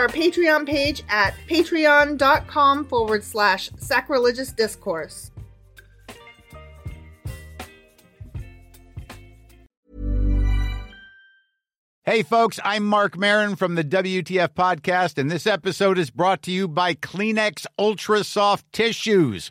our Patreon page at patreon.com forward slash sacrilegious discourse. Hey, folks, I'm Mark Marin from the WTF Podcast, and this episode is brought to you by Kleenex Ultra Soft Tissues,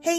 Hey,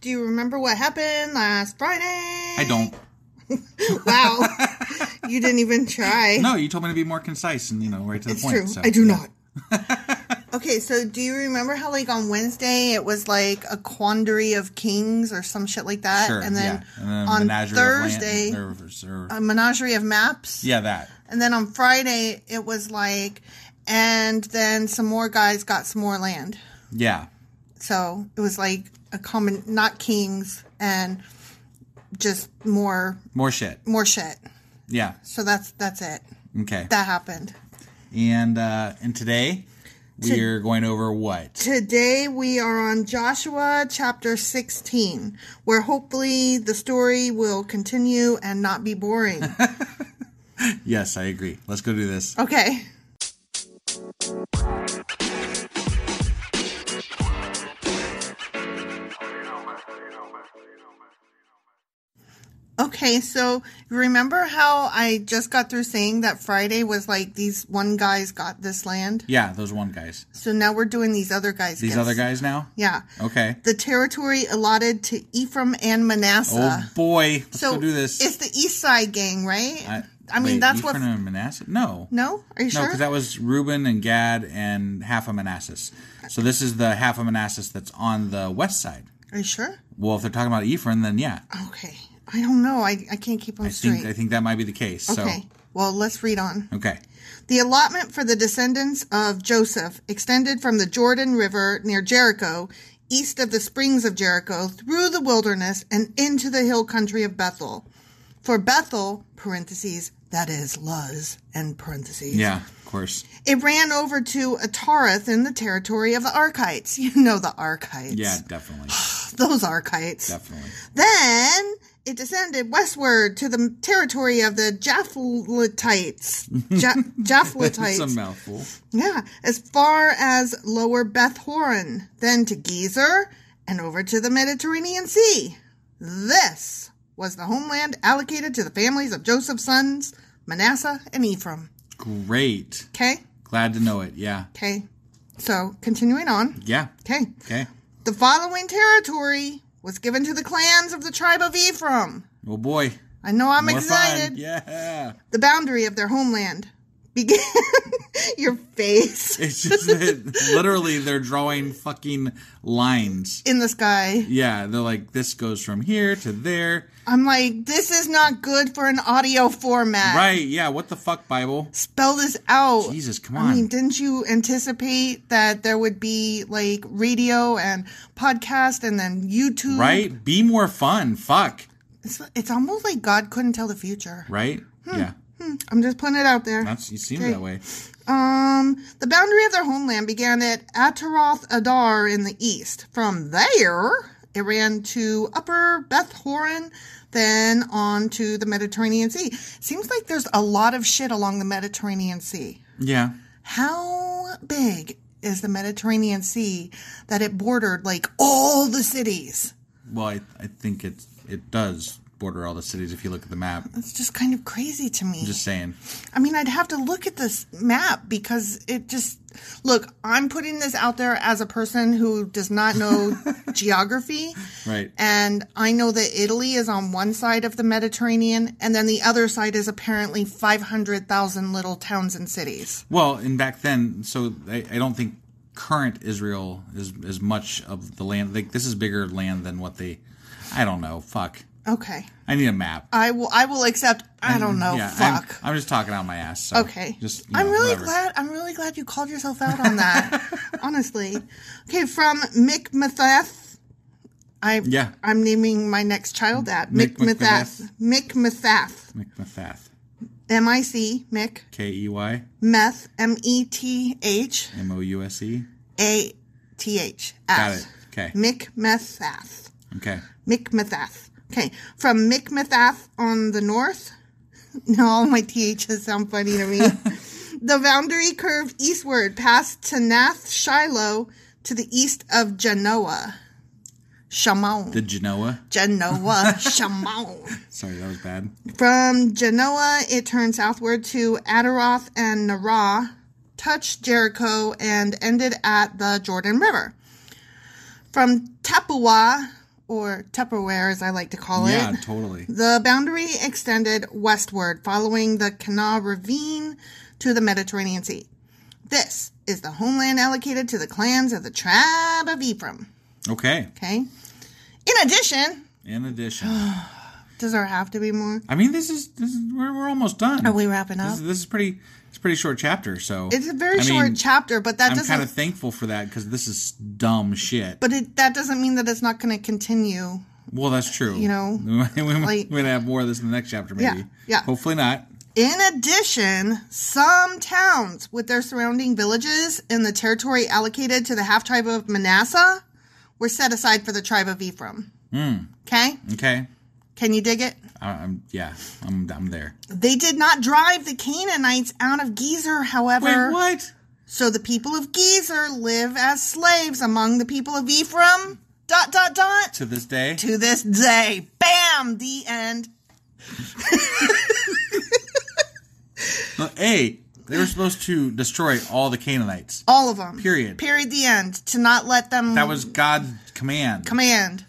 Do you remember what happened last Friday? I I don't. Wow. you didn't even try. No, you told me to be more concise and, you know, right to it's the point. true. so- I do not. okay, so do you remember how, like, on Wednesday it was like a quandary of kings or some shit like that? Sure, and then yeah. And then on Menagerie of Lan- Thursday, or- or- a menagerie of maps. yeah, that. And then on Friday it was like, and then some more guys got some more land. Yeah. So it was like a common, not kings and just more More shit. more shit. Yeah. So that's that's it. Okay. That happened. And uh and today We're going over what? Today we are on Joshua chapter 16, where hopefully the story will continue and not be boring. Yes, I agree. Let's go do this. okay. Okay, so remember how I just got through saying that Friday was like these one guys got this land? Yeah, those one guys. So now we're doing these other guys. These gifts. other guys now? Yeah. Okay. The territory allotted to Ephraim and Manasseh. Oh boy, let's uh, so go do this. It's the East Side gang, right? I, mean, wait, that's Ephraim what. and Manasseh. No, No, are you no, sure? because that was Reuben and Gad and half of Manassas. So this is the half of Manassas that's on the west side. are you sure? Well, if they're talking about Ephraim, then yeah, Okay, I don't know. I, I can't keep them I straight. think I think that might be the case. okay, well let's read on. So okay, The allotment for the descendants of Joseph extended from the Jordan River near Jericho, east of the springs of Jericho, through the wilderness and into the hill country of Bethel. For Bethel, parentheses, that is Luz, and parentheses. yeah, of course, It ran over to Atareth in the territory of the Arkites. You know the Arkites. yeah, definitely, Those Arkites. definitely. Then it descended westward to the territory of the Japhletites. Ja- It's a Japhletites. mouthful. yeah, as far as lower Beth Horon, then to Gezer, and over to the Mediterranean Sea. This was the homeland allocated to the families of Joseph's sons, Manasseh and Ephraim. Great, Okay? glad to know it. Yeah, Okay. So, continuing on. yeah. Okay. Okay. The following territory was given to the clans of the tribe of Ephraim. Well, boy, I know I'm more excited. fun. Yeah, The boundary of their homeland began. Your face it's just that literally they're drawing fucking lines. in the sky. Yeah, they're like this goes from here to there. I'm like, this is not good for an audio format. Right? Yeah. What the fuck, Bible? Spell this out. Jesus, come I mean, on. didn't you anticipate that there would be like radio and podcast and then YouTube? Right? Be more fun. Fuck. It's, it's almost like God couldn't tell the future. Right? Hmm. Yeah. I'm just putting it out there. That's you seem that way. Um, the boundary of their homeland began at Ataroth Adar in the east. From there, it ran to Upper Beth Horon, then on to the Mediterranean Sea. Seems like there's a lot of shit along the Mediterranean Sea. Yeah. How big is the Mediterranean Sea that it bordered like all the cities? Well, I, I think it it does border all the cities if you look at the map. It's just kind of crazy to me. Just saying. I mean, I'd have to look at this map because it just look. I'm putting this out there as a person who does not know geography, Right. and I know that Italy is on one side of the Mediterranean, and then the other side is apparently 500,000 little towns and cities. Well, and back then, so I, I don't think current Israel is is much of the land. Like this is bigger land than what they. I don't know. Fuck. Okay, I need a map. I will. I will accept. I don't know. yeah, I'm- Oh, fuck. I'm, just talking out my ass. So Okay. Just. you I'm know, really whatever. glad. I'm really glad you called yourself out on that. honestly. Okay, from Mick Mathath. I Yeah. I'm naming my next child that Mick Mick Mathath. Mick Mathath. McMathath. M I C Mick K E Y Meth M E T H M O U S E. A T H Got it. F. Okay. Mick Mathath. Okay. Mick Mathath. Okay, from Mick Mathath on the north. Now all my THs sound funny to me. the boundary curved eastward past Tanath Shiloh to the east of Genoa. Shamon. The Genoa. Genoa. Shamon. Sorry, that was bad. From Genoa, it turned southward to Adaroth and Narah, touched Jericho, and ended at the Jordan River. From Tapua, or Tupperware as I like to call Yeah, it, totally. the boundary extended westward, following the Kanawha Ravine to the Mediterranean Sea. This is the homeland allocated to the clans of the tribe of Ephraim. Okay. Okay? In addition, In addition, does there have to be more? I mean, this is this is we're, we're almost done. Are we wrapping This up? is, this is pretty. It's a pretty short chapter. So It's a very I short mean, chapter, but that I'm doesn't. kind of thankful for that because this is dumb shit. but it, that doesn't mean that it's not going to continue. well, that's true. you know, we might, we might- like- we're gonna have more of this in the next chapter, maybe. yeah. Hopefully not. In addition, some towns with their surrounding villages in the territory allocated to the half tribe of Manasseh were set aside for the tribe of Ephraim. Hmm. Okay? Okay. Can you dig it? I, I'm yeah. I'm I'm there. They did not drive the Canaanites out of Gezer, however. Wait, what? So the people of Gezer live as slaves among the people of Ephraim. Dot dot dot. To this day. To this day. Bam! The end. No, A. They were supposed to destroy all the Canaanites. All of them. Period. Period. The end. To not let them That was God's command. command.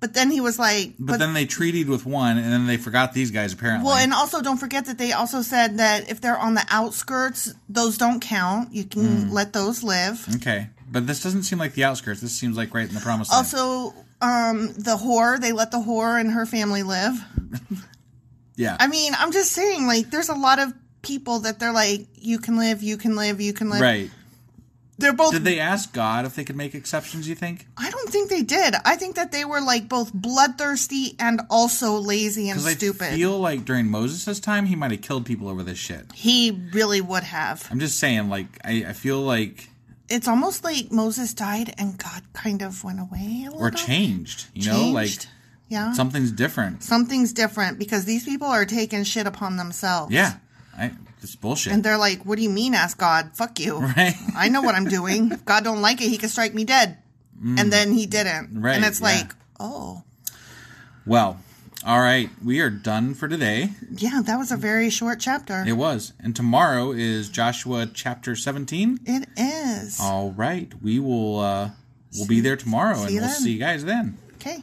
But then he was like, but, then they treated with one, and then they forgot these guys apparently. Well, "Oh, and also don't forget that they also said that if they're on the outskirts, those don't count. You can Hmm. let those live. okay, but this doesn't seem like the outskirts. This seems like right in the promised land. Also, um, the whore, they let the whore and her family live. yeah, I mean, I'm just saying, like, there's a lot of people that they're like, you can live, you can live, you can live. right. They're both. Did they ask God if they could make exceptions? You think? I don't think they did. I think that they were like both bloodthirsty and also lazy and Because I stupid. feel like during Moses' time, he might have killed people over this shit. he really would have. I'm just saying, like, I, I feel like It's almost like Moses died and God kind of went away a little. or changed. You know, like Changed. Yeah. something's different. something's different because these people are taking shit upon themselves. Yeah, I, it's bullshit. And they're like, what do you mean, ask God? Fuck you. Right. I know what I'm doing. If God don't like it, he can strike me dead. And then he didn't. Mm. Right, And it's yeah. like, oh, well, all right, we are done for today. yeah, that was a very short chapter. It was, and tomorrow is Joshua chapter 17. it is. All right, we will uh we'll be there tomorrow and see you we'll then. see you guys then. Okay.